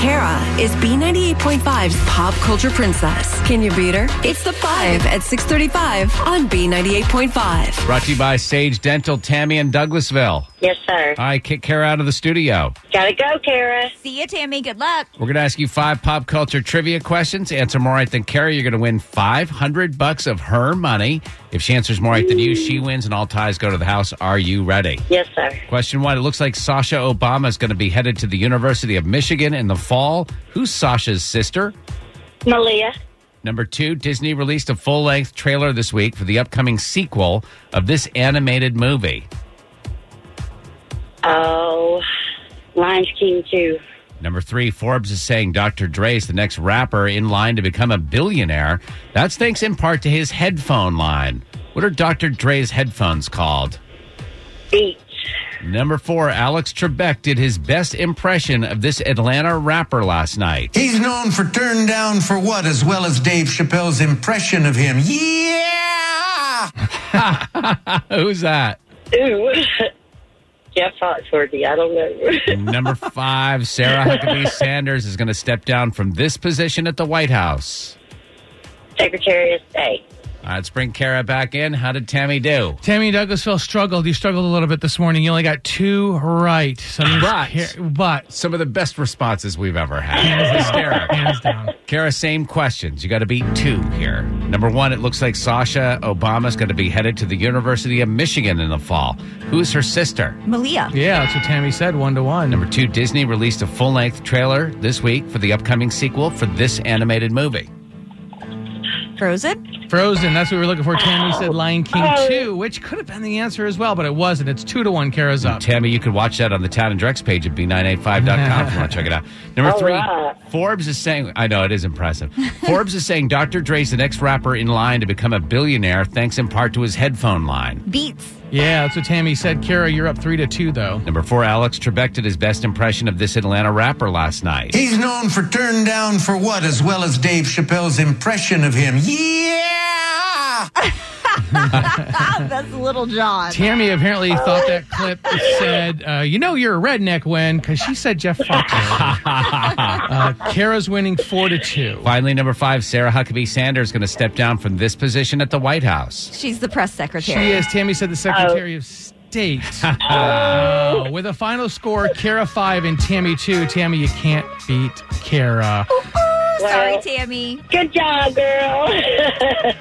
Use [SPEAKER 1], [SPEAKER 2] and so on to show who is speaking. [SPEAKER 1] Kara is B98.5's pop culture princess. Can you beat her? It's the 5 at 635 on B98.5.
[SPEAKER 2] Brought to you by Sage Dental, Tammy in Douglasville.
[SPEAKER 3] Yes, sir.
[SPEAKER 2] I kick Kara out of the studio.
[SPEAKER 3] Gotta go, Kara.
[SPEAKER 4] See you, Tammy. Good luck.
[SPEAKER 2] We're going to ask you five pop culture trivia questions. Answer more right than Kara, you're going to win 500 bucks of her money. If she answers more right than you, she wins, and all ties go to the house. Are you ready?
[SPEAKER 3] Yes, sir.
[SPEAKER 2] Question one: It looks like Sasha Obama is going to be headed to the University of Michigan in the fall. Who's Sasha's sister?
[SPEAKER 3] Malia.
[SPEAKER 2] Number two, Disney released a full length trailer this week for the upcoming sequel of this animated movie.
[SPEAKER 3] Oh, Lion King 2.
[SPEAKER 2] Number three, Forbes is saying Dr. Dre is the next rapper in line to become a billionaire. That's thanks in part to his headphone line. What are Dr. Dre's headphones called?
[SPEAKER 3] Beach.
[SPEAKER 2] Number four, Alex Trebek did his best impression of this Atlanta rapper last night.
[SPEAKER 5] He's known for Turn Down for What, as well as Dave Chappelle's impression of him. Yeah!
[SPEAKER 2] Who's that?
[SPEAKER 3] Ooh. Jeff Foxworthy. I don't know.
[SPEAKER 2] Number five, Sarah Huckabee Sanders is going to step down from this position at the White House.
[SPEAKER 3] Secretary of State.
[SPEAKER 2] All right, let's bring Kara back in. How did Tammy do?
[SPEAKER 6] Tammy Douglasville struggled. You struggled a little bit this morning. You only got two right. So there's-
[SPEAKER 2] But-
[SPEAKER 6] here- but
[SPEAKER 2] Some of the best responses we've ever had. Hysterical.
[SPEAKER 6] hands down.
[SPEAKER 2] Kara, same questions. You got to beat two here. Number one, it looks like Sasha Obama's going to be headed to the University of Michigan in the fall. Who's her sister?
[SPEAKER 4] Malia.
[SPEAKER 6] Yeah, that's what Tammy said. One to one.
[SPEAKER 2] Number two, Disney released a full length trailer this week for the upcoming sequel for this animated movie.
[SPEAKER 4] Frozen.
[SPEAKER 6] Frozen. That's what we were looking for. Tammy said Lion King
[SPEAKER 3] Oh.
[SPEAKER 6] two, which could have been the answer as well, but it wasn't. It's two to one. Kara's up.
[SPEAKER 2] Tammy, you can watch that on the Town and Drex page at b985.com if you want to check it out. Number
[SPEAKER 3] All
[SPEAKER 2] three,
[SPEAKER 3] right.
[SPEAKER 2] Forbes is saying, I know it is impressive. Forbes is saying Dr. Dre's the next rapper in line to become a billionaire thanks in part to his headphone line.
[SPEAKER 4] Beats.
[SPEAKER 6] Yeah, that's what Tammy said. Kara, you're up three to two though.
[SPEAKER 2] Number four, Alex Trebek did his best impression of this Atlanta rapper last night.
[SPEAKER 5] He's known for Turn Down for What, as well as Dave Chappelle's impression of him. Yeah!
[SPEAKER 4] Ah, that's Little John.
[SPEAKER 6] Tammy apparently thought that clip said, uh, "You know you're a redneck when," because she said Jeff Foxworthy. uh, Kara's winning four to two.
[SPEAKER 2] Finally, number five, Sarah Huckabee Sanders going to step down from this position at the White House.
[SPEAKER 4] She's the press
[SPEAKER 6] She
[SPEAKER 4] secretary.
[SPEAKER 6] is. Tammy said the Secretary of State. Uh, with a final score, Kara five and Tammy two. Tammy, you can't beat Kara.
[SPEAKER 4] Sorry,
[SPEAKER 3] Well,
[SPEAKER 4] Tammy.
[SPEAKER 3] Good job, girl.